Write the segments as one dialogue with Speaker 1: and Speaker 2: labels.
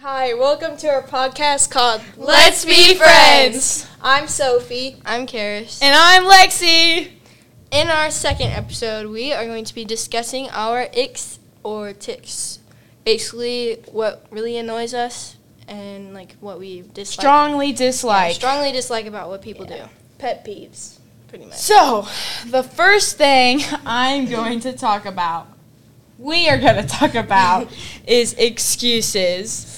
Speaker 1: Hi, welcome to our podcast called
Speaker 2: Let's Be Friends.
Speaker 1: I'm Sophie.
Speaker 2: I'm Karis.
Speaker 3: And I'm Lexi.
Speaker 2: In our second episode, we are going to be discussing our icks or ticks. Basically, what really annoys us and like what we dislike.
Speaker 3: Strongly
Speaker 2: yeah,
Speaker 3: dislike.
Speaker 2: strongly dislike about what people do,
Speaker 1: Pet peeves.
Speaker 2: pretty much.
Speaker 3: So, the first thing I'm going to talk about, we are going to talk about, is excuses.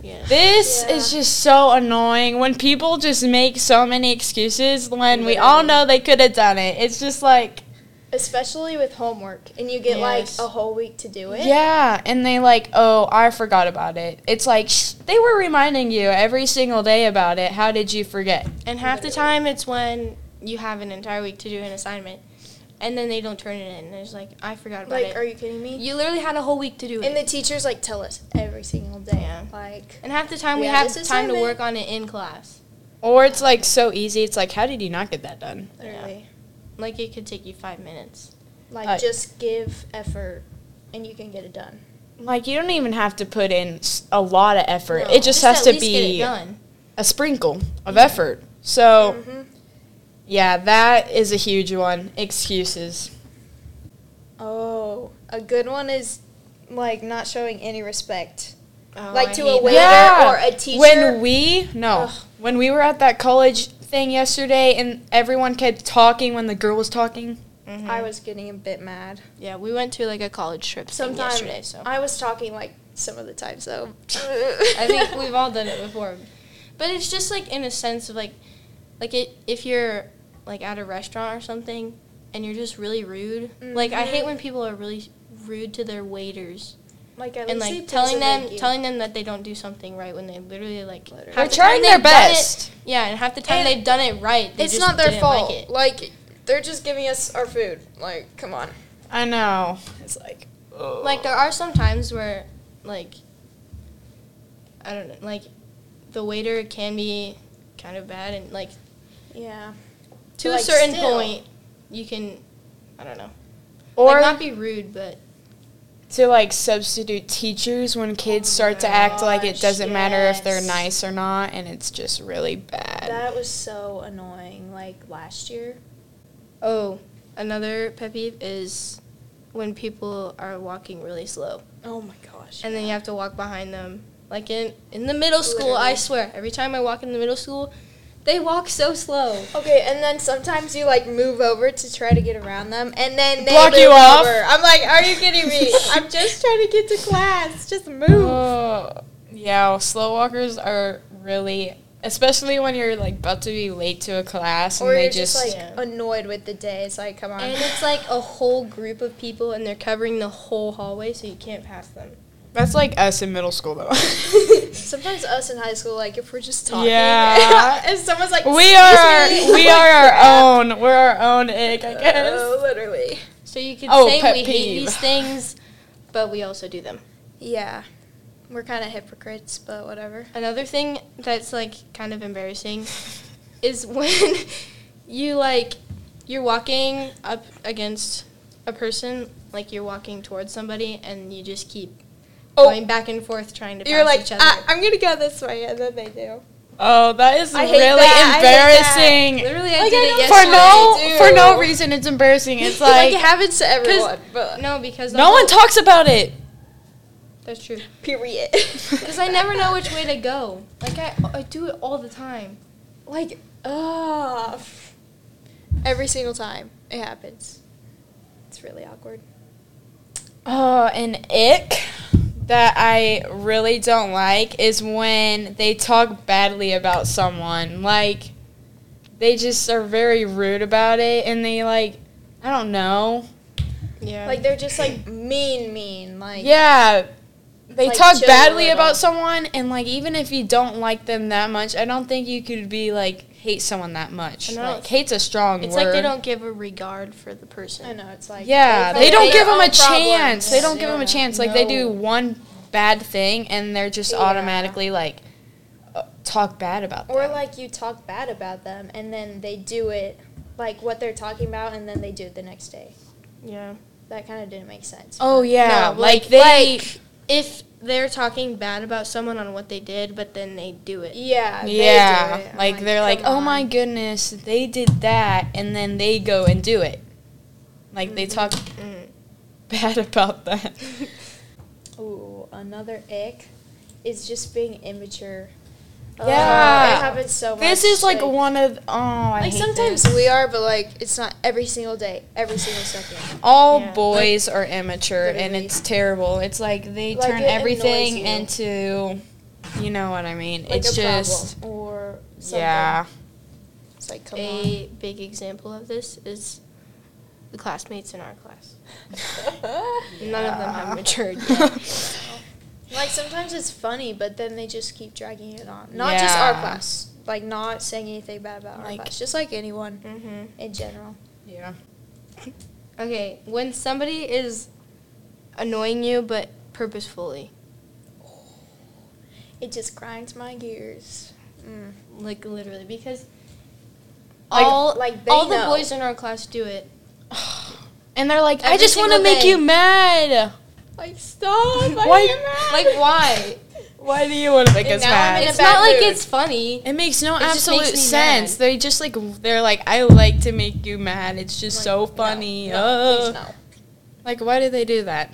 Speaker 2: Yeah.
Speaker 3: This
Speaker 1: Yeah.
Speaker 3: is just so annoying when people just make so many excuses when we all
Speaker 1: Literally.
Speaker 3: know they could have done it. It's just like,
Speaker 1: Especially with homework, and you get
Speaker 3: Yes.
Speaker 1: like a whole week to do it.
Speaker 3: yeah, and they like, oh, I forgot about it. It's like sh- they were reminding you every single day about it. How did you forget?
Speaker 2: And half the time, it's when you have an entire week to do an assignment, and then they don't turn it in. And it's like I forgot about
Speaker 1: Like,
Speaker 2: it.
Speaker 1: are you kidding me?
Speaker 2: you literally had a whole week to do
Speaker 1: and
Speaker 2: it.
Speaker 1: the teachers like tell us every single day.
Speaker 2: Yeah.
Speaker 1: Like,
Speaker 2: And half the time, we
Speaker 1: Yeah,
Speaker 2: have
Speaker 1: this is
Speaker 2: time to
Speaker 1: Simon.
Speaker 2: work on it in class.
Speaker 3: Or it's like so easy. It's like, how did you not get that done?
Speaker 1: literally,
Speaker 2: Like it could take you five minutes.
Speaker 1: like
Speaker 3: Like-
Speaker 1: just give effort, and you can get it done.
Speaker 3: Like you don't even have to put in s- a lot of effort.
Speaker 2: No,
Speaker 3: it just, has
Speaker 2: at
Speaker 3: to
Speaker 2: least get it
Speaker 3: be
Speaker 2: done. Mm-hmm.
Speaker 3: a sprinkle of effort.
Speaker 2: Oh.
Speaker 3: So
Speaker 1: Mhm.
Speaker 3: yeah, that is a huge one. Excuses.
Speaker 1: Oh, a good one is like not showing any respect,
Speaker 2: Oh,
Speaker 1: like
Speaker 2: I
Speaker 1: to
Speaker 2: hate
Speaker 1: a
Speaker 2: that.
Speaker 1: waiter
Speaker 3: Yeah.
Speaker 1: or a teacher.
Speaker 3: When we no,
Speaker 1: Ugh.
Speaker 3: when we were at that college thing yesterday, and everyone kept talking when the girl was talking.
Speaker 2: Mhm.
Speaker 1: I was getting a bit mad.
Speaker 2: Yeah, we went to like a college trip sometime
Speaker 1: Sometime-
Speaker 2: yesterday, so
Speaker 1: I was talking like some of the time, so
Speaker 2: I think we've all done it before. But it's just like in a sense of like, like it if you're like at a restaurant or something and you're just really rude. Like I hate
Speaker 1: Mhm.
Speaker 2: when people are really rude to their waiters
Speaker 1: like at
Speaker 2: and
Speaker 1: least they
Speaker 2: like telling
Speaker 1: please
Speaker 2: them
Speaker 1: thank you.
Speaker 2: telling them that they don't do something right when they literally like
Speaker 1: Literally.
Speaker 2: half
Speaker 3: They're
Speaker 2: the
Speaker 3: trying
Speaker 2: time
Speaker 3: their
Speaker 2: they've done it-
Speaker 3: best.
Speaker 2: yeah, and half the time
Speaker 1: And
Speaker 2: they've done it right. They
Speaker 1: it's
Speaker 2: just
Speaker 1: not their
Speaker 2: didn't
Speaker 1: fault.
Speaker 2: Like it.
Speaker 1: Like they're just giving us our food. Like come on.
Speaker 3: I know. It's like ugh.
Speaker 2: Like there are some times where like I don't know, like the waiter can be kind of bad and like
Speaker 1: Yeah.
Speaker 2: to
Speaker 1: Like,
Speaker 2: a certain
Speaker 1: still.
Speaker 2: point you can I don't know.
Speaker 3: or
Speaker 2: like not be rude but
Speaker 3: to like substitute teachers when kids
Speaker 1: Oh my
Speaker 3: start to act like it
Speaker 1: gosh,
Speaker 3: doesn't matter if they're
Speaker 1: yes.
Speaker 3: nice or not, and it's just really bad.
Speaker 1: That was so annoying. Like last year.
Speaker 2: oh another pet peeve is when people are walking really slow
Speaker 1: Oh my gosh.
Speaker 2: and then you have to walk behind them. Like in in the middle school, I
Speaker 1: Literally.
Speaker 2: swear, every time I walk in the middle school, they walk so slow.
Speaker 1: Okay, and then sometimes you like move over to try to get around them, and then they
Speaker 3: Block
Speaker 1: move
Speaker 3: you off.
Speaker 1: Over. I'm like, are you kidding me? I'm just trying to get to class. Just move.
Speaker 3: Oh, yeah, well, slow walkers are really, especially when you're like about to be late to a class and
Speaker 1: or
Speaker 3: they
Speaker 1: you're
Speaker 3: just,
Speaker 1: just, like
Speaker 2: Yeah.
Speaker 1: annoyed with the day. It's like, come on.
Speaker 2: And it's like a whole group of people, and they're covering the whole hallway, so you can't pass them.
Speaker 3: that's like us in middle school though.
Speaker 1: Sometimes us in high school, like if we're just talking,
Speaker 3: Yeah.
Speaker 1: and someone's like,
Speaker 3: we are our,
Speaker 1: "Excuse me."
Speaker 3: we are our own. We're our own ick, I guess.
Speaker 1: Oh, literally.
Speaker 2: So you could
Speaker 3: Oh,
Speaker 2: say
Speaker 3: pet
Speaker 2: we hate
Speaker 3: peeve.
Speaker 2: these things, but we also do them.
Speaker 1: Yeah, we're kind of hypocrites, but whatever.
Speaker 2: Another thing that's like kind of embarrassing is when you like you're walking up against a person, like you're walking towards somebody, and you just keep
Speaker 1: Oh.
Speaker 2: going back and forth trying to pass
Speaker 1: You're like,
Speaker 2: each other.
Speaker 3: "Ah."
Speaker 1: I- I'm gonna go this way, and then they do.
Speaker 3: Oh, that is
Speaker 1: I
Speaker 3: really
Speaker 1: hate that, I hate that.
Speaker 3: embarrassing.
Speaker 2: Literally, I
Speaker 1: Like,
Speaker 2: did
Speaker 1: I
Speaker 2: it
Speaker 1: don't-
Speaker 3: For
Speaker 2: yesterday.
Speaker 3: no
Speaker 1: Yes, I
Speaker 3: for no
Speaker 1: do.
Speaker 3: reason, it's embarrassing. It's
Speaker 1: like,
Speaker 3: like
Speaker 1: it happens to everyone, but
Speaker 2: No, because the
Speaker 3: no one
Speaker 2: whole-
Speaker 3: talks about it.
Speaker 2: That's true.
Speaker 1: period.
Speaker 2: Because I never know which way to go. Like I, I do it all the time.
Speaker 1: like, ugh. Every single time it happens, it's really awkward.
Speaker 3: Oh, an ick that I really don't like is when they talk badly about someone. Like, they just are very rude about it, and they, like, I don't know.
Speaker 2: Yeah.
Speaker 1: Like they're just like mean, mean. Like
Speaker 3: Um, yeah. They
Speaker 1: Like,
Speaker 3: talk
Speaker 1: chill a
Speaker 3: badly
Speaker 1: little.
Speaker 3: about someone, and, like, even if you don't like them that much, I don't think you could be, like, hate someone that much.
Speaker 2: And I don't-
Speaker 3: Like, hate's a strong
Speaker 2: it's
Speaker 3: word.
Speaker 2: like they don't give a regard for the person.
Speaker 1: I know it's like
Speaker 3: yeah,
Speaker 1: they
Speaker 3: they, don't
Speaker 1: create
Speaker 3: give
Speaker 1: their
Speaker 3: them a
Speaker 1: own problems.
Speaker 3: chance. They don't give them
Speaker 2: Yeah.
Speaker 3: a chance. Like they do
Speaker 2: No.
Speaker 3: one bad thing and they're just
Speaker 1: Yeah.
Speaker 3: automatically like uh, talk bad about
Speaker 1: Or
Speaker 3: them.
Speaker 1: like you talk bad about them and then they do it like what they're talking about and then they do it the next day.
Speaker 2: Yeah.
Speaker 1: That kind of didn't make sense.
Speaker 3: oh yeah,
Speaker 2: No,
Speaker 3: like,
Speaker 2: like-
Speaker 3: they
Speaker 2: If they're talking bad about someone on what they did, but then they do it.
Speaker 1: Yeah. they do
Speaker 3: yeah,
Speaker 1: it. I'm
Speaker 3: like they're like,
Speaker 2: come
Speaker 3: oh my
Speaker 2: on."
Speaker 3: goodness, they did that, and then they go and do it. Like they
Speaker 1: Mm-hmm.
Speaker 3: talk
Speaker 2: Mm.
Speaker 3: bad about that.
Speaker 1: Ooh, another ick is just being immature.
Speaker 3: Yeah.
Speaker 1: Oh, it happens so much.
Speaker 3: this is like
Speaker 1: like
Speaker 3: one of oh, I
Speaker 1: like
Speaker 3: hate
Speaker 1: sometimes
Speaker 3: this.
Speaker 1: we are, but like it's not every single day, every single second.
Speaker 3: all
Speaker 2: Yeah.
Speaker 3: boys are immature, and
Speaker 1: Literally.
Speaker 3: it's terrible. It's like they
Speaker 1: Like,
Speaker 3: turn
Speaker 1: it annoys
Speaker 3: everything
Speaker 1: you.
Speaker 3: into, you know what I mean?
Speaker 1: Like
Speaker 3: it's
Speaker 1: a problem
Speaker 3: just
Speaker 1: or something.
Speaker 3: yeah,
Speaker 1: It's like come
Speaker 2: A big example of this is the classmates in our class.
Speaker 1: on.
Speaker 2: None of them have matured.
Speaker 1: like sometimes it's funny, but then they just keep dragging it on. Not just
Speaker 3: Yeah.
Speaker 1: our class. Like not saying anything bad about our
Speaker 3: Like-
Speaker 1: class, just like anyone
Speaker 2: mm-hmm.
Speaker 1: in general.
Speaker 3: yeah.
Speaker 2: Okay, when somebody is annoying you but purposefully,
Speaker 1: It just grinds my gears. Mm.
Speaker 2: like literally, because
Speaker 3: Like-
Speaker 2: all
Speaker 1: like they
Speaker 2: all the
Speaker 1: know.
Speaker 2: boys in our class do it.
Speaker 3: And they're like, I
Speaker 2: Every
Speaker 3: just want to
Speaker 2: single
Speaker 3: make
Speaker 2: day.
Speaker 3: you mad.
Speaker 1: Like stop!
Speaker 3: Why-
Speaker 2: Like why?
Speaker 3: Why do you want to make
Speaker 1: And us now I'm mad? in a
Speaker 2: It's not
Speaker 1: bad
Speaker 2: like
Speaker 1: mood.
Speaker 2: it's funny.
Speaker 3: It makes no
Speaker 2: It just
Speaker 3: absolute
Speaker 2: makes me
Speaker 3: sense.
Speaker 2: mad.
Speaker 3: They just like they're like I like to make you mad. It's just so funny. Ugh.
Speaker 1: no.
Speaker 3: Like why do they do that?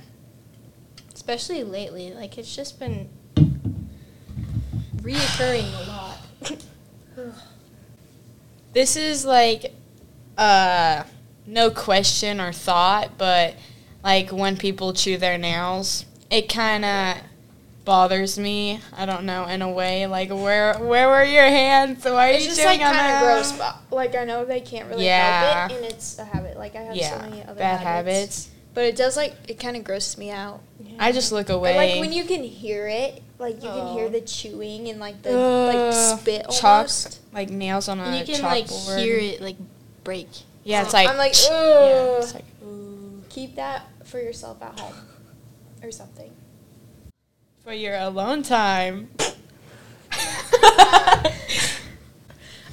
Speaker 2: especially lately. Like it's just been reoccurring a lot.
Speaker 3: This is like uh no question or thought, but like when people chew their nails, it kind of bothers me. I don't know in a way like where where were your hands? Why are
Speaker 1: It's
Speaker 3: you
Speaker 1: just
Speaker 3: chewing
Speaker 1: like
Speaker 3: on
Speaker 1: kind
Speaker 3: that?
Speaker 1: of gross, but like I know they can't really
Speaker 3: Yeah.
Speaker 1: help it, and it's a habit. Like I have
Speaker 3: yeah,
Speaker 1: so many other
Speaker 3: bad
Speaker 1: habits.
Speaker 3: habits.
Speaker 1: but it does like it kind of grosses me out.
Speaker 3: I just look away.
Speaker 1: But, like when you can hear it, like you can hear
Speaker 2: Oh.
Speaker 1: the chewing and like the
Speaker 3: Ugh.
Speaker 1: like spit
Speaker 3: Chalk,
Speaker 1: almost.
Speaker 3: like nails on a
Speaker 2: And you can like
Speaker 3: chalkboard.
Speaker 2: hear it like break.
Speaker 3: Yeah, it's like
Speaker 1: I'm like,
Speaker 3: yeah,
Speaker 1: ugh.
Speaker 3: it's like,
Speaker 1: Keep that for yourself at home, or something.
Speaker 3: for your alone time.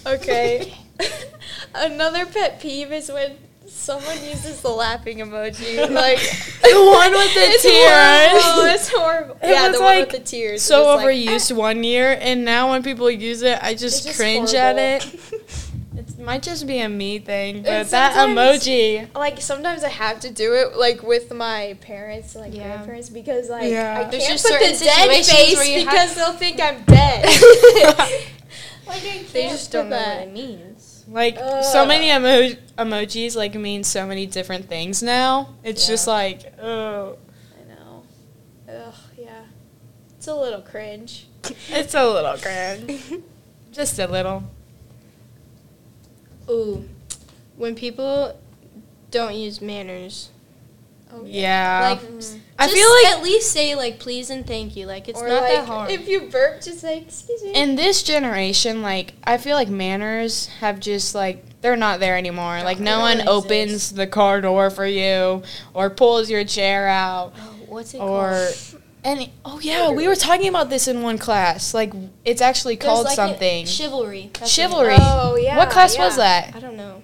Speaker 1: Okay. Another pet peeve is when someone uses the laughing emoji. Like
Speaker 3: The one with the
Speaker 1: it's
Speaker 3: tears.
Speaker 1: Horrible, it's horrible.
Speaker 3: It
Speaker 1: yeah,
Speaker 3: was,
Speaker 1: the one
Speaker 3: like,
Speaker 1: with the tears.
Speaker 3: so
Speaker 1: It was, like, "Ah,
Speaker 3: overused one year, and now when people use it, I just,
Speaker 1: It's just
Speaker 3: cringe at it.
Speaker 1: horrible.
Speaker 3: It might just be a me thing, but
Speaker 1: And
Speaker 3: that
Speaker 1: sometimes-
Speaker 3: emoji.
Speaker 1: like sometimes I have to do it like with my parents, like
Speaker 2: Yeah.
Speaker 1: grandparents, because like
Speaker 3: Yeah.
Speaker 1: I
Speaker 2: There's
Speaker 1: can't
Speaker 2: just
Speaker 1: put
Speaker 2: certain
Speaker 1: the dead
Speaker 2: situations
Speaker 1: face
Speaker 2: where you have-
Speaker 1: because they'll think I'm dead. like I can't
Speaker 2: They just
Speaker 1: put
Speaker 2: don't know
Speaker 1: that.
Speaker 2: what it means.
Speaker 3: Like so
Speaker 1: Ugh.
Speaker 3: many emo- emojis like mean so many different things now. It's
Speaker 2: Yeah.
Speaker 3: just like oh,
Speaker 1: I know. Ugh, yeah. It's a little cringe.
Speaker 3: it's a little cringe, just a little.
Speaker 2: Ooh, when people don't use manners.
Speaker 1: Oh,
Speaker 3: Yeah,
Speaker 2: Like
Speaker 1: Mhm.
Speaker 3: I
Speaker 2: just
Speaker 3: feel like
Speaker 2: at least say like please and thank you. Like it's
Speaker 1: or
Speaker 2: not
Speaker 1: like,
Speaker 2: that hard.
Speaker 1: If you burp, just say excuse me.
Speaker 3: in this generation, like I feel like manners have just like they're not there anymore. like
Speaker 2: they
Speaker 3: no
Speaker 2: don't
Speaker 3: one
Speaker 2: exist.
Speaker 3: opens the car door for you or pulls your chair out
Speaker 2: oh, what's it
Speaker 3: or
Speaker 2: called?
Speaker 3: any. Oh yeah, we were talking about this in one class. Like it's actually
Speaker 2: There's,
Speaker 3: called
Speaker 2: like, a-
Speaker 3: something.
Speaker 2: chivalry. That's what it is.
Speaker 3: Chivalry.
Speaker 1: Oh yeah.
Speaker 3: what class was
Speaker 1: yeah.
Speaker 3: that?
Speaker 2: I don't know.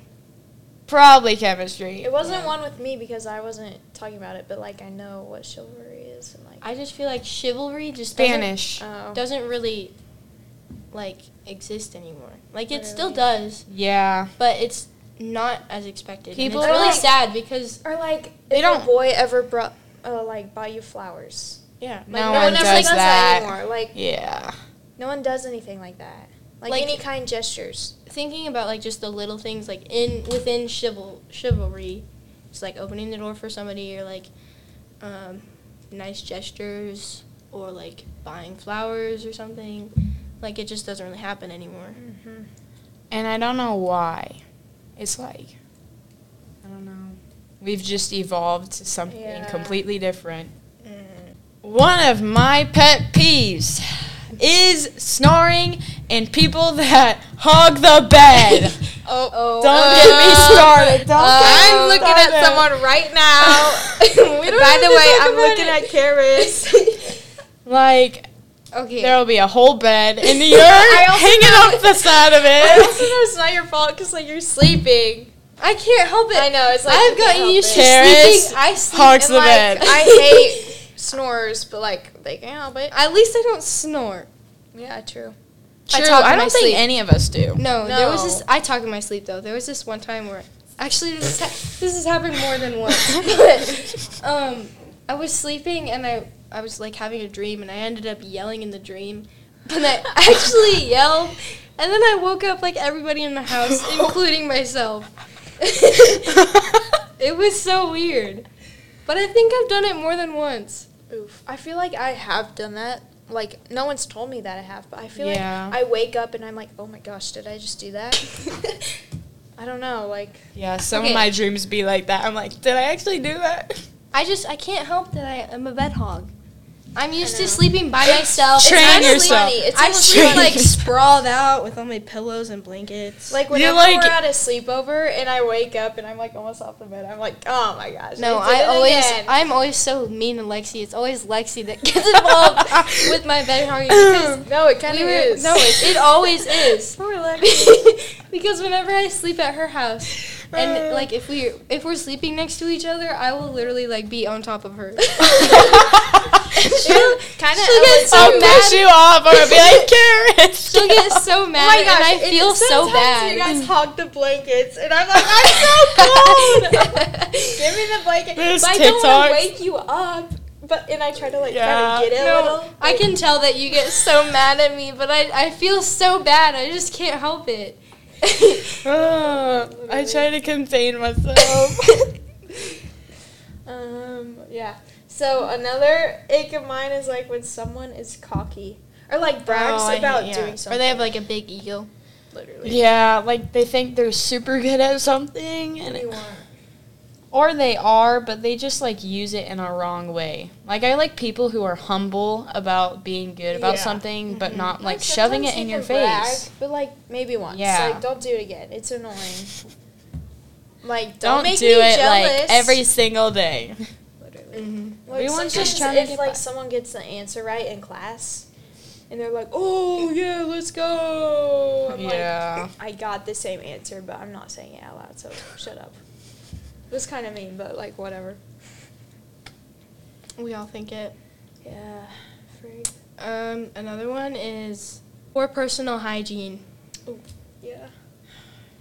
Speaker 3: Probably chemistry.
Speaker 1: It wasn't
Speaker 2: Yeah.
Speaker 1: one with me because I wasn't talking about it, but like I know what chivalry is and like
Speaker 2: I just feel like chivalry just doesn't
Speaker 3: Spanish.
Speaker 1: oh.
Speaker 2: doesn't really like exist anymore. Like it still
Speaker 1: Literally.
Speaker 2: does,
Speaker 3: yeah.
Speaker 2: but it's not as expected.
Speaker 3: People
Speaker 2: People it's
Speaker 1: are
Speaker 2: really
Speaker 1: like-
Speaker 2: sad because
Speaker 1: Or like,
Speaker 3: They
Speaker 1: if
Speaker 3: don't-
Speaker 1: a boy ever brought, uh, like, buy you flowers.
Speaker 2: yeah,
Speaker 3: No one does that.
Speaker 1: anymore. Like,
Speaker 3: Yeah.
Speaker 1: no one does anything like that. Like,
Speaker 2: Like-
Speaker 1: any kind gestures.
Speaker 2: thinking about like just the little things like in within chival- chivalry, it's like opening the door for somebody or like um, nice gestures or like buying flowers or something. Like it just doesn't really happen anymore.
Speaker 1: Mm-hmm.
Speaker 3: And I don't know why. It's like I don't know. We've just evolved to something
Speaker 1: Yeah.
Speaker 3: completely different.
Speaker 1: Mm.
Speaker 3: One of my pet peeves is snoring and people that hog the bed.
Speaker 1: Oh, oh,
Speaker 3: Don't get me started. Don't get
Speaker 1: I'm
Speaker 3: me
Speaker 1: looking
Speaker 3: started.
Speaker 1: at someone right now.
Speaker 3: We don't
Speaker 1: By
Speaker 3: have
Speaker 1: the
Speaker 3: to
Speaker 1: way,
Speaker 3: talk
Speaker 1: I'm
Speaker 3: about
Speaker 1: looking
Speaker 3: it.
Speaker 1: at Karis.
Speaker 3: Like
Speaker 2: Okay.
Speaker 3: there'll be a whole bed and you're hanging off the side of
Speaker 1: I also
Speaker 3: it.
Speaker 1: know it's not your fault because, like, you're sleeping. I can't help it. I know. It's like,
Speaker 2: I've gotten used to
Speaker 3: Karis
Speaker 2: sleeping. I sleep
Speaker 3: Hogs
Speaker 1: and,
Speaker 3: the
Speaker 1: like,
Speaker 3: bed.
Speaker 1: I hate snores, but like they can't help it.
Speaker 2: At least I don't snore.
Speaker 1: Yeah, true.
Speaker 3: True,
Speaker 2: talk in
Speaker 3: I
Speaker 2: my
Speaker 3: don't think
Speaker 2: sleep.
Speaker 3: any of us do.
Speaker 2: No, there was this.
Speaker 1: No.
Speaker 2: I talk in my sleep though. There was this one time where, actually, this has, this has happened more than once. But um, I was sleeping and I I was like having a dream and I ended up yelling in the dream, and I actually yelled, and then I woke up like everybody in the house, including myself. it was so weird, but I think I've done it more than once.
Speaker 1: Oof. I feel like I have done that. Like no one's told me that I have, but I feel
Speaker 3: Yeah.
Speaker 1: like I wake up and I'm like, oh my gosh, did I just do that? I don't know. Like
Speaker 3: Yeah, some
Speaker 2: Okay.
Speaker 3: of my dreams be like that. I'm like, did I actually do that?
Speaker 2: I just I can't help that I am a bed hog. I'm used
Speaker 1: know.
Speaker 2: to sleeping by myself.
Speaker 3: Train
Speaker 2: Oh, It's honestly
Speaker 3: yourself.
Speaker 1: funny. It's
Speaker 2: I
Speaker 1: almost
Speaker 2: sleep
Speaker 1: funny.
Speaker 2: like sprawled out with all my pillows and blankets.
Speaker 1: Like
Speaker 3: You're
Speaker 1: whenever
Speaker 3: like-
Speaker 1: we're at a sleepover and I wake up and I'm like almost off the bed, I'm like, oh my gosh.
Speaker 2: no,
Speaker 1: did
Speaker 2: I
Speaker 1: it
Speaker 2: always
Speaker 1: again."
Speaker 2: I'm always so mean to Lexi. It's always Lexi that gets involved with my bed hogging because
Speaker 1: no, it kind
Speaker 2: we
Speaker 1: of
Speaker 2: were-
Speaker 1: is.
Speaker 2: no, it, it always is.
Speaker 1: Poor Lex.
Speaker 2: because whenever I sleep at her house and like if we if we're sleeping next to each other, I will literally like be on top of her. she'll
Speaker 1: Kind of.
Speaker 2: she'll get so
Speaker 3: I'll
Speaker 2: mad.
Speaker 3: push you off or be like, Karen.
Speaker 2: She'll get so mad
Speaker 1: Oh my gosh,
Speaker 2: and I
Speaker 1: it-
Speaker 2: feel so
Speaker 1: sometimes
Speaker 2: bad.
Speaker 1: You guys hog the blankets, and I'm like, I'm so cold. Give me the blanket.
Speaker 3: Those
Speaker 1: but I don't want
Speaker 3: TikToks.
Speaker 1: to wake you up. But and I try to like
Speaker 3: Yeah.
Speaker 1: kind of get it a
Speaker 2: no,
Speaker 1: little.
Speaker 2: I can tell that you get so mad at me, but I, I feel so bad. I just can't help it.
Speaker 3: Oh, I try to contain myself.
Speaker 1: Um. Yeah. So another ache of mine is like when someone is cocky or like brags
Speaker 2: Oh, I
Speaker 1: about
Speaker 2: hate- yeah.
Speaker 1: doing something.
Speaker 2: Or they have like a big ego.
Speaker 1: literally.
Speaker 3: yeah, like they think they're super good at something,
Speaker 1: What
Speaker 3: and
Speaker 1: do you
Speaker 3: it,
Speaker 1: want?
Speaker 3: or they are, but they just like use it in a wrong way. Like I like people who are humble about being good about
Speaker 1: Yeah.
Speaker 3: something, but not like
Speaker 1: sometimes
Speaker 3: shoving it
Speaker 1: you
Speaker 3: in your
Speaker 1: can brag,
Speaker 3: face.
Speaker 1: But like maybe once.
Speaker 3: Yeah.
Speaker 1: Like don't do it again. It's annoying. Like don't,
Speaker 3: Don't,
Speaker 1: make
Speaker 3: do
Speaker 1: me
Speaker 3: it
Speaker 1: jealous.
Speaker 3: like every single day.
Speaker 1: Literally.
Speaker 2: Mm-hmm.
Speaker 1: Like,
Speaker 3: Everyone's just
Speaker 1: sometimes
Speaker 3: trying to
Speaker 1: if
Speaker 3: get
Speaker 1: like
Speaker 3: by.
Speaker 1: someone gets the answer right in class, and they're like, "Oh yeah, let's go." I'm
Speaker 3: Yeah.
Speaker 1: Like, I got the same answer, but I'm not saying it out loud, so shut up. It was kind of mean, but like whatever.
Speaker 2: We all think it.
Speaker 1: Yeah. Freak.
Speaker 2: Um, another one is poor personal hygiene.
Speaker 1: Yeah.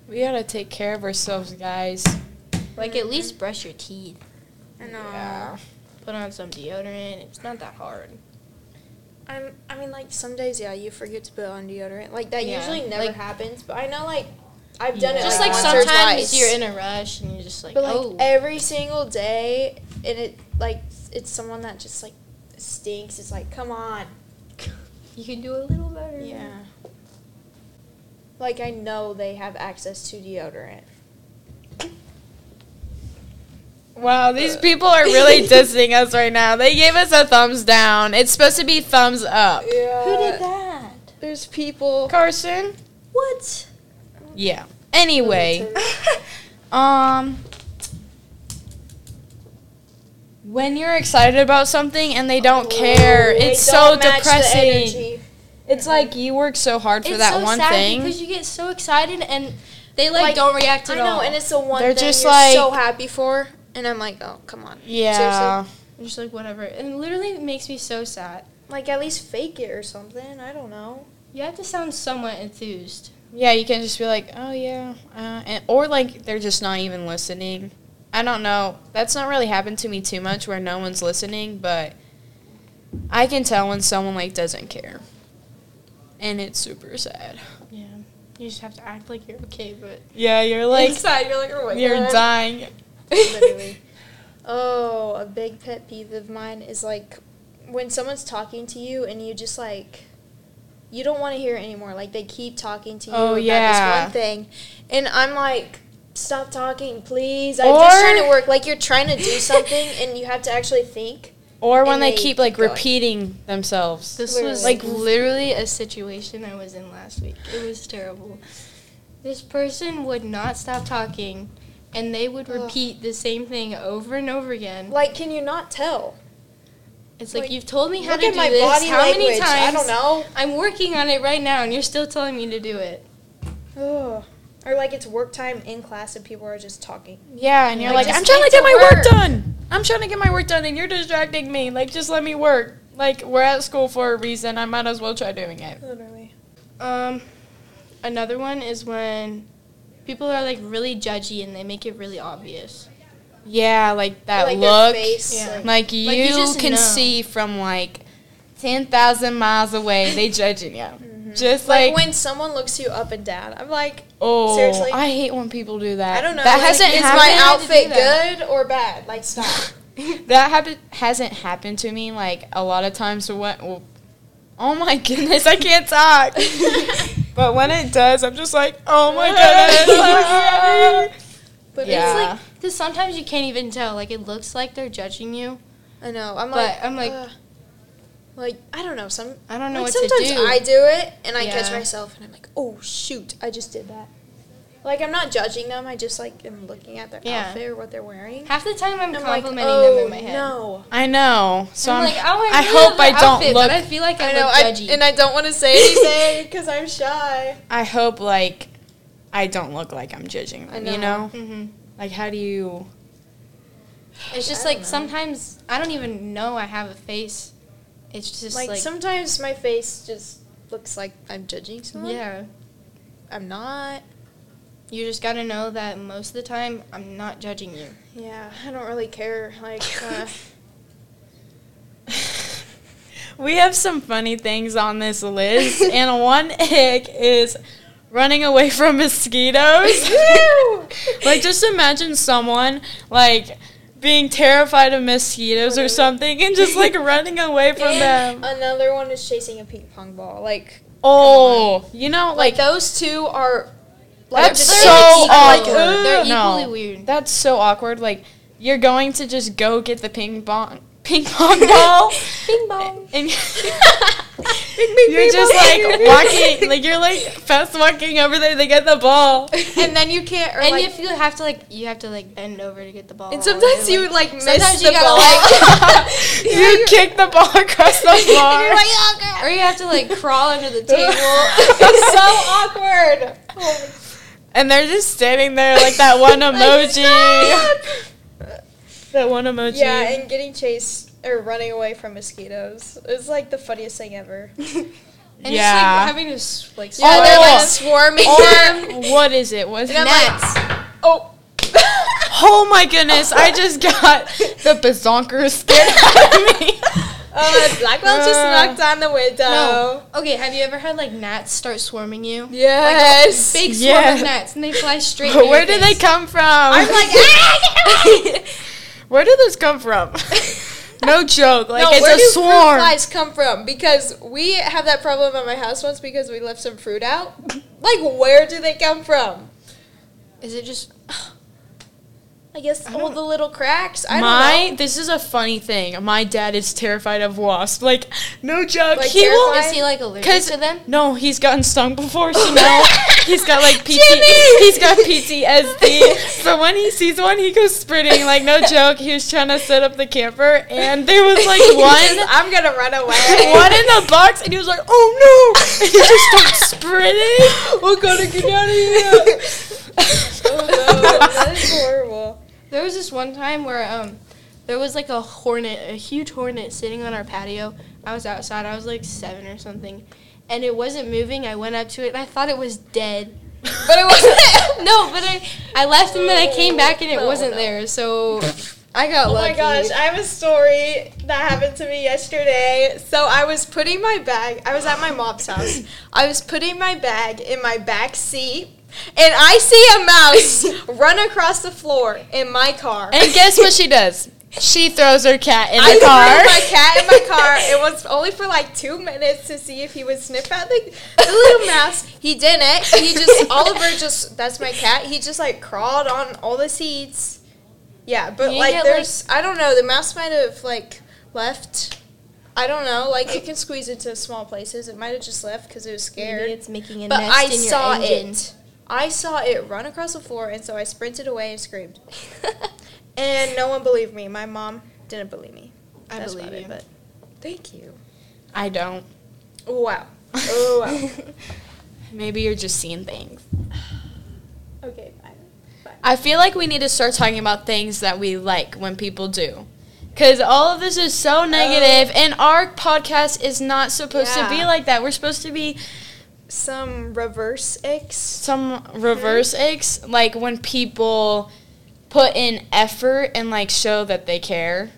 Speaker 3: We gotta take care of ourselves, guys.
Speaker 2: Like at least brush your teeth.
Speaker 1: I know.
Speaker 3: Yeah.
Speaker 2: Put on some deodorant. It's not that hard.
Speaker 1: I'm, I mean, like some days, yeah, you forget to put on deodorant. Like that
Speaker 2: Yeah,
Speaker 1: usually never
Speaker 2: like-
Speaker 1: happens, but I know, like, I've done it
Speaker 3: Yeah.
Speaker 2: Just like
Speaker 1: once or
Speaker 2: sometimes
Speaker 1: twice.
Speaker 2: you're in a rush and you're just like,
Speaker 1: but like
Speaker 2: oh,
Speaker 1: every single day, and it like it's someone that just like stinks. It's like, come on,
Speaker 2: you can do a little
Speaker 3: Mm-hmm.
Speaker 2: better.
Speaker 1: yeah. Like I know they have access to deodorant.
Speaker 3: Wow, these people are really dissing us right now. They gave us a thumbs down. It's supposed to be thumbs up.
Speaker 1: Yeah.
Speaker 2: Who did that?
Speaker 1: There's people.
Speaker 3: Carson?
Speaker 1: What?
Speaker 3: Yeah. Anyway, um when you're excited about something and they don't care,
Speaker 1: Oh, They
Speaker 3: it's
Speaker 1: don't
Speaker 3: so
Speaker 1: match the
Speaker 3: depressing.
Speaker 1: energy.
Speaker 3: It's like you work so hard for
Speaker 2: it's
Speaker 3: that
Speaker 2: so
Speaker 3: one
Speaker 2: sad
Speaker 3: thing.
Speaker 2: because you get so excited and they like,
Speaker 1: Like,
Speaker 2: don't react
Speaker 1: I
Speaker 2: at
Speaker 1: know,
Speaker 2: all.
Speaker 1: and it's the one
Speaker 3: They're
Speaker 1: thing
Speaker 3: just
Speaker 1: you're so
Speaker 3: like-
Speaker 1: happy for, and I'm like, oh, come on.
Speaker 3: yeah.
Speaker 2: I'm just like whatever, and it literally makes me so sad.
Speaker 1: Like at least fake it or something. I don't know.
Speaker 2: You have to sound somewhat enthused.
Speaker 3: Yeah, you can just be like, "Oh yeah," uh, and, or like they're just not even listening. I don't know. That's not really happened to me too much, where no one's listening, but I can tell when someone like doesn't care, and it's super sad.
Speaker 2: Yeah, you just have to act like you're okay, but
Speaker 3: Yeah, you're like
Speaker 2: inside you're like, oh my
Speaker 3: you're
Speaker 2: God.
Speaker 3: dying.
Speaker 1: Literally. oh, a big pet peeve of mine is like when someone's talking to you and you just like you don't want to hear it anymore. Like they keep talking to you
Speaker 3: Oh,
Speaker 1: about this
Speaker 3: yeah.
Speaker 1: one thing, and I'm like. Stop talking, please. I'm just
Speaker 3: Or-
Speaker 1: trying to work. Like you're trying to do something, and you have to actually think.
Speaker 3: Or when
Speaker 1: And
Speaker 3: they,
Speaker 1: they
Speaker 3: keep like
Speaker 1: keep going.
Speaker 3: repeating themselves.
Speaker 2: This was
Speaker 1: Literally.
Speaker 2: like literally a situation I was in last week. It was terrible. This person would not stop talking, and they would
Speaker 1: Ugh.
Speaker 2: repeat the same thing over and over again.
Speaker 1: Like, can you not tell?
Speaker 2: It's like,
Speaker 1: Like,
Speaker 2: you've told me how
Speaker 1: Look
Speaker 2: to
Speaker 1: at
Speaker 2: do
Speaker 1: my
Speaker 2: this
Speaker 1: body
Speaker 2: how
Speaker 1: language.
Speaker 2: many times.
Speaker 1: I don't know.
Speaker 2: I'm working on it right now, and you're still telling me to do it.
Speaker 1: Ugh. Or like it's work time in class and people are just talking.
Speaker 3: Yeah, and you're
Speaker 1: Like,
Speaker 3: like,
Speaker 1: just
Speaker 3: "I'm trying to
Speaker 1: get
Speaker 3: get
Speaker 1: to
Speaker 3: my work
Speaker 1: work."
Speaker 3: done." I'm trying to get my work done and you're distracting me. Like, just let me work. Like, we're at school for a reason. I might as well try doing it.
Speaker 1: Literally.
Speaker 2: Um, another one is when people are like really judgy and they make it really obvious.
Speaker 3: Yeah, like that
Speaker 1: like
Speaker 3: look.
Speaker 1: Their face,
Speaker 2: Yeah.
Speaker 1: like-
Speaker 3: Like, you,
Speaker 2: you just
Speaker 3: can
Speaker 2: know.
Speaker 3: see from like 10,000 miles away, they judging you.
Speaker 2: Mm-hmm.
Speaker 3: Just
Speaker 1: like,
Speaker 3: like,
Speaker 1: when someone looks you up and down, I'm like,
Speaker 3: oh,
Speaker 1: seriously?
Speaker 3: I hate when people do that.
Speaker 1: I don't know.
Speaker 3: That
Speaker 1: like,
Speaker 3: hasn't
Speaker 1: is
Speaker 3: happened.
Speaker 1: my outfit
Speaker 2: do that.
Speaker 1: good or bad? Like, stop.
Speaker 3: that happen- hasn't happened to me like a lot of times when well, oh my goodness i can't talk but when it does i'm just like oh my goodness
Speaker 1: But
Speaker 3: Yeah.
Speaker 1: it's like,
Speaker 2: It's like because sometimes you can't even tell. Like it looks like they're judging you.
Speaker 1: I know. I'm
Speaker 2: But
Speaker 1: like,
Speaker 2: I'm like-
Speaker 1: "Ugh." like I don't know. Some
Speaker 2: I don't know
Speaker 1: like
Speaker 2: what
Speaker 1: sometimes
Speaker 2: to do.
Speaker 1: I do it and I catch
Speaker 2: Yeah.
Speaker 1: myself and I'm like, oh shoot, I just did that. Like I'm not judging them. I just like am looking at their
Speaker 2: Yeah.
Speaker 1: outfit or what they're wearing.
Speaker 2: Half the time I'm,
Speaker 1: And I'm like,
Speaker 2: complimenting
Speaker 1: oh,
Speaker 2: them in my head.
Speaker 1: No,
Speaker 3: i know so i'm,
Speaker 2: I'm like, oh, I,
Speaker 3: I
Speaker 2: really
Speaker 3: hope
Speaker 2: love the
Speaker 3: I don't
Speaker 2: outfit, but
Speaker 3: look-
Speaker 2: I feel like I,
Speaker 1: I know.
Speaker 2: look
Speaker 1: I,
Speaker 2: judgy.
Speaker 1: and I don't want to say anything because I'm shy.
Speaker 3: i hope like i don't look like i'm judging
Speaker 1: I
Speaker 3: them, you
Speaker 1: know.
Speaker 3: know
Speaker 2: hmm
Speaker 3: like how do you
Speaker 2: It's just
Speaker 1: I
Speaker 2: like
Speaker 1: don't know.
Speaker 2: sometimes I don't even know I have a face. It's just
Speaker 1: Like,
Speaker 2: like,
Speaker 1: sometimes my face just looks like I'm judging someone.
Speaker 2: yeah.
Speaker 1: I'm not.
Speaker 2: You just gotta know that most of the time I'm not judging you.
Speaker 1: Yeah, I don't really care. Like, uh,
Speaker 3: we have some funny things on this list and one ick is running away from mosquitoes like just imagine someone like being terrified of mosquitoes or something and just like running away from them.
Speaker 1: Another one is chasing a ping pong ball. Like,
Speaker 3: Oh, you know,
Speaker 1: like
Speaker 3: like
Speaker 1: those two are.
Speaker 3: that's
Speaker 1: just
Speaker 2: they're
Speaker 3: so
Speaker 2: equally-
Speaker 3: awkward.
Speaker 2: they're
Speaker 3: No.
Speaker 2: equally weird.
Speaker 3: That's so awkward. Like you're going to just go get the ping pong ping pong ball
Speaker 1: Ping pong. bing,
Speaker 3: and you're
Speaker 1: bing,
Speaker 3: just
Speaker 1: bong.
Speaker 3: like walking like you're like fast walking over there to get the ball.
Speaker 1: and then you can't. Or
Speaker 2: and
Speaker 1: like,
Speaker 2: if you have to like, you have to like bend over to get the ball.
Speaker 1: and sometimes
Speaker 2: or,
Speaker 1: you
Speaker 2: like-
Speaker 1: would like miss
Speaker 2: sometimes
Speaker 1: the
Speaker 2: you gotta,
Speaker 1: ball.
Speaker 3: you kick the ball across the bar.
Speaker 1: You're like, oh god,
Speaker 2: or you have to like crawl under the table.
Speaker 1: it's so awkward.
Speaker 3: And they're just standing there like that one emoji.
Speaker 1: stop.
Speaker 3: that one emoji.
Speaker 1: Yeah, and getting chased or running away from mosquitoes is like the funniest thing ever.
Speaker 2: And
Speaker 3: Yeah.
Speaker 2: just like having to s- like
Speaker 3: Yeah,
Speaker 1: Oh,
Speaker 2: swallow
Speaker 3: they're, like,
Speaker 2: it.
Speaker 1: swarming.
Speaker 3: or what is it? Was
Speaker 1: And I'm
Speaker 3: it?
Speaker 1: like, oh.
Speaker 3: Oh my goodness! I just got the bazonker scared out of me.
Speaker 1: Uh, Blackwell just
Speaker 3: Uh,
Speaker 1: knocked on the window.
Speaker 2: No. Okay, have you ever had like gnats start swarming you?
Speaker 1: Yes.
Speaker 2: Big swarm
Speaker 3: Yes.
Speaker 2: of gnats and they fly straight. to
Speaker 3: But
Speaker 2: your
Speaker 3: where do they
Speaker 2: face.
Speaker 3: come from?
Speaker 1: I'm like, ah, get away.
Speaker 3: where do those come from? No joke. Like
Speaker 1: no,
Speaker 3: it's
Speaker 1: where
Speaker 3: a
Speaker 1: do
Speaker 3: swarm.
Speaker 1: fruit flies come from? Because we have that problem at my house once because we left some fruit out. Like, where do they come from?
Speaker 2: Is it just
Speaker 1: I guess all the little cracks. I
Speaker 3: my
Speaker 1: don't know.
Speaker 3: this is a funny thing. My dad is terrified of wasps. Like no joke.
Speaker 1: Like,
Speaker 3: he will
Speaker 1: terrified?
Speaker 2: is he like allergic
Speaker 3: Cause
Speaker 2: to them?
Speaker 3: no, he's gotten stung before, so now he's got like PT.
Speaker 1: Jimmy!
Speaker 3: He's got PTSD. so when he sees one, he goes sprinting. Like no joke, he was trying to set up the camper, and there was like one,
Speaker 1: I'm gonna run away.
Speaker 3: one in the box, and he was like, "Oh no!" And he just starts sprinting.
Speaker 1: We're gonna get out of here. oh no, that is horrible.
Speaker 2: There was this one time where um, there was like a hornet, a huge hornet sitting on our patio. I was outside. I was like seven or something, and it wasn't moving. I went up to it and I thought it was dead.
Speaker 1: But it wasn't.
Speaker 2: No, but I I left and then I came back and it
Speaker 1: No,
Speaker 2: wasn't
Speaker 1: no.
Speaker 2: there. So I got
Speaker 1: Oh
Speaker 2: lucky.
Speaker 1: my gosh, I have a story that happened to me yesterday. So I was putting my bag, I was at my mom's house. I was putting my bag in my back seat, and I see a mouse run across the floor in my car.
Speaker 3: And guess what she does? She throws her cat in the
Speaker 1: I threw
Speaker 3: car.
Speaker 1: my cat in my car. It was only for like two minutes to see if he would sniff out the, the little mouse. He didn't. He just Oliver just that's my cat. He just like crawled on all the seats. Yeah, but
Speaker 2: You
Speaker 1: like
Speaker 2: get, like-
Speaker 1: there's I don't know. The mouse might have like left. I don't know. Like it can squeeze into small places. It might have just left because it was scared.
Speaker 2: Maybe it's making a
Speaker 1: but
Speaker 2: nest
Speaker 1: I
Speaker 2: in your
Speaker 1: saw
Speaker 2: engine.
Speaker 1: it. I saw it run across the floor, and so I sprinted away and screamed. And no one believed me. My mom didn't believe me.
Speaker 2: I
Speaker 1: That's
Speaker 2: believe
Speaker 1: about it,
Speaker 2: you.
Speaker 1: but thank you.
Speaker 3: I don't.
Speaker 1: Wow. Oh wow.
Speaker 3: Maybe you're just seeing things.
Speaker 1: okay, fine.
Speaker 3: I feel like we need to start talking about things that we like when people do. Because all of this is so negative, and our podcast is not supposed to be
Speaker 1: Yeah.
Speaker 3: like that. We're supposed to be
Speaker 1: Some reverse icks.
Speaker 3: some reverse icks, like when people put in effort and like show that they care.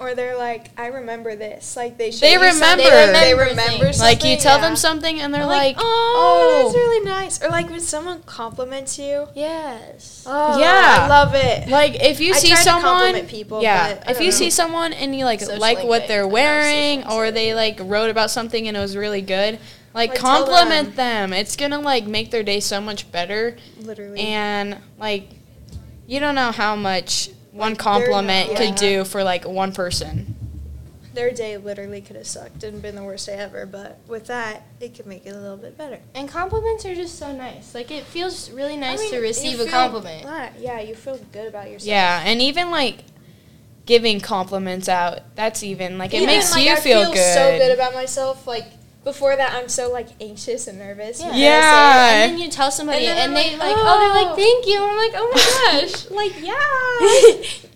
Speaker 1: Or they're like, I remember this. Like they show
Speaker 3: They
Speaker 1: you something,
Speaker 3: remember.
Speaker 1: They
Speaker 2: Remember
Speaker 1: remember
Speaker 2: things.
Speaker 3: Like you
Speaker 1: something,
Speaker 3: tell
Speaker 1: yeah.
Speaker 3: them something, and they're
Speaker 1: They're
Speaker 3: like,
Speaker 1: oh, that's
Speaker 3: "Oh."
Speaker 1: really nice. Or like when someone compliments you.
Speaker 2: Yes.
Speaker 1: Oh,
Speaker 3: Yeah.
Speaker 1: I love it.
Speaker 3: Like if you
Speaker 1: I
Speaker 3: see
Speaker 1: try to
Speaker 3: someone,
Speaker 1: compliment people,
Speaker 3: yeah.
Speaker 1: but I
Speaker 3: If
Speaker 1: don't
Speaker 3: you
Speaker 1: know.
Speaker 3: see someone and you like
Speaker 2: Social
Speaker 3: like what
Speaker 2: anxiety.
Speaker 3: they're
Speaker 2: I know social
Speaker 3: wearing, or
Speaker 2: anxiety.
Speaker 3: they like wrote about something and it was really good, like,
Speaker 1: Like, tell
Speaker 3: compliment them. It's gonna like make their day so much better,
Speaker 1: Literally.
Speaker 3: and like you don't know how much one
Speaker 1: Like, they're
Speaker 3: compliment
Speaker 1: not-
Speaker 3: could
Speaker 1: yeah.
Speaker 3: do for like one person.
Speaker 1: Their day literally could have sucked and been the worst day ever, but with that, it could make it a little bit better.
Speaker 2: And compliments are just so nice. Like it feels really nice
Speaker 1: I mean,
Speaker 2: to
Speaker 1: you
Speaker 2: receive a
Speaker 1: feel-
Speaker 2: compliment.
Speaker 1: Yeah, you feel good about yourself.
Speaker 3: Yeah, and even like giving compliments out, that's even like it
Speaker 1: Even,
Speaker 3: makes
Speaker 1: like,
Speaker 3: you
Speaker 1: I
Speaker 3: feel, good.
Speaker 1: so good about myself. Like before that, I'm so like anxious and nervous.
Speaker 2: Yeah.
Speaker 1: And then I
Speaker 3: yeah.
Speaker 2: And then you tell somebody,
Speaker 1: And
Speaker 2: and,
Speaker 1: then I'm
Speaker 2: they
Speaker 1: like,
Speaker 2: like, oh, they're
Speaker 1: "Oh."
Speaker 2: like, thank you. I'm like, oh my gosh.
Speaker 1: say it, Like yeah.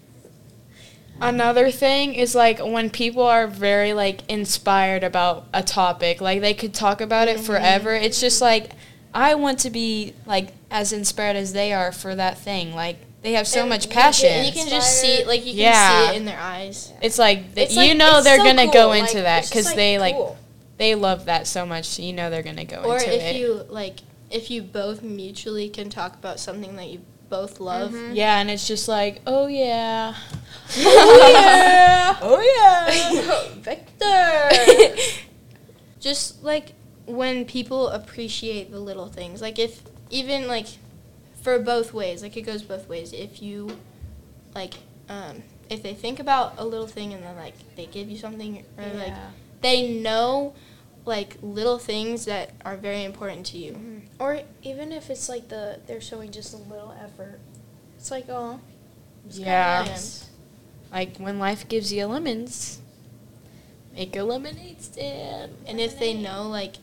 Speaker 3: Another thing is like when people are very like inspired about a topic, like they could talk about
Speaker 1: Mm-hmm.
Speaker 3: it forever. It's just like I want to be like as inspired as they are for that thing. Like they have so
Speaker 1: And
Speaker 3: much
Speaker 1: you get-
Speaker 3: passion.
Speaker 2: And you can just see, like, you can
Speaker 3: Yeah.
Speaker 2: see it in their eyes.
Speaker 3: it's like, th-
Speaker 1: It's,
Speaker 3: you
Speaker 1: like,
Speaker 3: know
Speaker 1: it's
Speaker 3: they're
Speaker 1: so
Speaker 3: gonna
Speaker 1: cool,
Speaker 3: go
Speaker 1: like,
Speaker 3: into that
Speaker 1: it's just,
Speaker 3: because they like
Speaker 1: cool.
Speaker 3: they love that so much. You know they're gonna go
Speaker 2: Or
Speaker 3: into
Speaker 2: if
Speaker 3: it.
Speaker 2: you like, if you both mutually can talk about something that you both love.
Speaker 3: yeah, and it's just like, oh yeah.
Speaker 1: yeah.
Speaker 3: Oh yeah.
Speaker 1: Victor.
Speaker 2: just like when people appreciate the little things like if even like for both ways like it goes both ways if you like um if they think about a little thing and then like they give you something or like they know like little things that are very important to you
Speaker 1: Mm-hmm. or even if it's like the they're showing just a little effort. It's like oh.
Speaker 2: It's kinda
Speaker 3: yeah.
Speaker 2: nice.
Speaker 3: Like when life gives you lemons, make a lemonade stand.
Speaker 2: and if they know like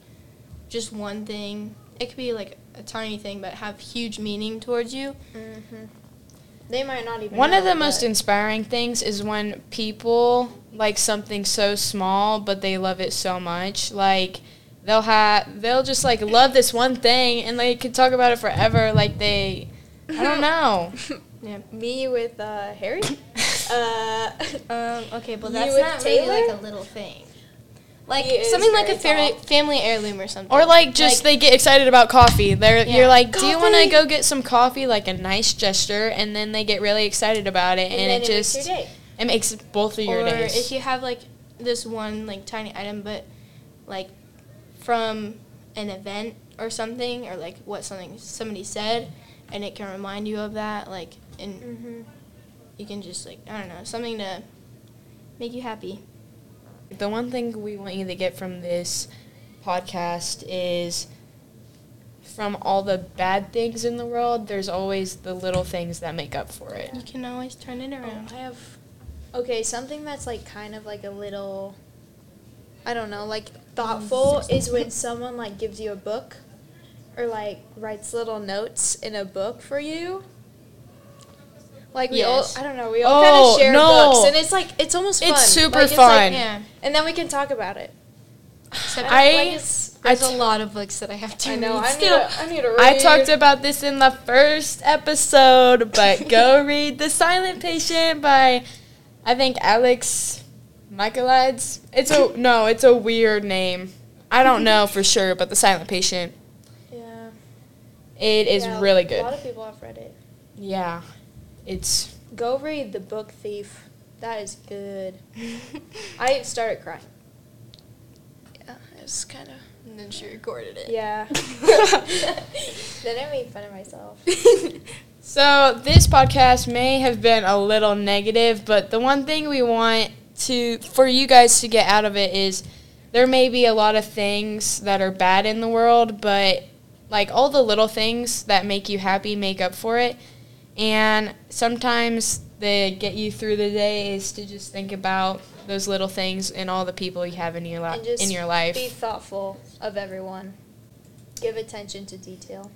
Speaker 2: just one thing it could be like a tiny thing but have huge meaning towards you
Speaker 1: Mm-hmm. They might not even.
Speaker 3: One of
Speaker 1: know,
Speaker 3: the most
Speaker 1: but-
Speaker 3: inspiring things is when people like something so small but they love it so much. Like they'll have they'll just like love this one thing and they could talk about it forever like they I don't know.
Speaker 1: Me with uh, Harry. Uh,
Speaker 2: Um, okay,
Speaker 1: You
Speaker 2: but that's
Speaker 1: with
Speaker 2: not really
Speaker 1: Taylor?
Speaker 2: like a little thing. Like
Speaker 1: He is
Speaker 2: something like
Speaker 1: very
Speaker 2: a fami-
Speaker 1: tall.
Speaker 2: family heirloom or something.
Speaker 3: Or like just they get excited about coffee. They're
Speaker 2: Yeah.
Speaker 3: you're like, do you want to
Speaker 1: Coffee!
Speaker 3: go get some coffee? Like a nice gesture, and then they get really excited about it, and,
Speaker 1: then
Speaker 3: it
Speaker 1: makes
Speaker 3: just
Speaker 1: your day.
Speaker 3: it makes both of your
Speaker 2: or
Speaker 3: days.
Speaker 2: if you have like this one like tiny item, but like from an event or something, or like what something somebody said, and it can remind you of that. Like, and
Speaker 1: Mm-hmm.
Speaker 2: you can just like I don't know something to make you happy.
Speaker 3: The one thing we want you to get from this podcast is from all the bad things in the world, there's always the little things that make up for it.
Speaker 2: You can always turn it around.
Speaker 1: Oh, I have. Okay, something that's like kind of like a little. I don't know, like thoughtful is when someone like gives you a book, or like writes little notes in a book for you. Like we
Speaker 2: Yes.
Speaker 1: all, I don't know, we all kind
Speaker 3: Oh,
Speaker 1: of share
Speaker 3: no.
Speaker 1: books, and it's like it's almost fun.
Speaker 3: It's super
Speaker 1: Like, it's,
Speaker 3: fun.
Speaker 1: like-
Speaker 2: Yeah,
Speaker 1: and then we can talk about it.
Speaker 2: except
Speaker 3: I-
Speaker 1: like it's,
Speaker 3: I
Speaker 2: there's a lot of books that I have to
Speaker 1: I know.
Speaker 2: read
Speaker 1: I need,
Speaker 2: still.
Speaker 1: a, I need a read.
Speaker 3: I talked about this in the first episode, but go read The Silent Patient by I think Alex Michaelides. It's a no, it's a weird name. I don't know for sure, but The Silent Patient
Speaker 1: Yeah.
Speaker 3: it is
Speaker 1: Yeah,
Speaker 3: really
Speaker 1: A lot
Speaker 3: good.
Speaker 1: of people have read it.
Speaker 3: Yeah. It's
Speaker 1: Go read The Book Thief. That is good. I started crying. Yeah, it's kind of.
Speaker 2: And then she recorded it.
Speaker 1: Yeah. then I made fun of myself.
Speaker 3: So this podcast may have been a little negative, but the one thing we want to for you guys to get out of it is there may be a lot of things that are bad in the world, but like all the little things that make you happy make up for it. And sometimes the get you through the day is to just think about those little things and all the people you have in your
Speaker 1: And
Speaker 3: life
Speaker 1: just
Speaker 3: in your life.
Speaker 1: Be thoughtful of everyone. Give attention to detail.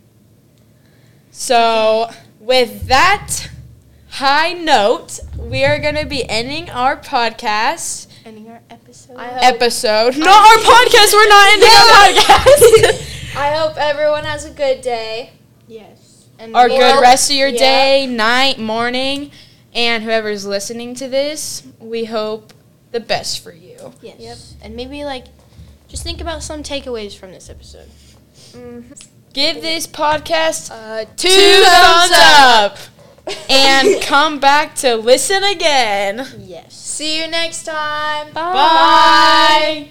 Speaker 3: So, with that high note, we are going to be ending our podcast
Speaker 2: Ending our episode.
Speaker 1: I hope-
Speaker 3: episode. Not our podcast. We're not ending our podcast.
Speaker 1: I hope everyone has a good day.
Speaker 2: yes. And
Speaker 3: or
Speaker 2: we-
Speaker 3: good rest of your
Speaker 1: yeah.
Speaker 3: day, night, morning, and whoever's listening to this, we hope the best for you.
Speaker 2: Yes. And maybe like, just think about some takeaways from this episode.
Speaker 1: Mm-hmm.
Speaker 3: Give this podcast
Speaker 1: Uh,
Speaker 3: two, thumbs, up. and come back to listen again.
Speaker 2: Yes.
Speaker 1: See you next time.
Speaker 3: Bye.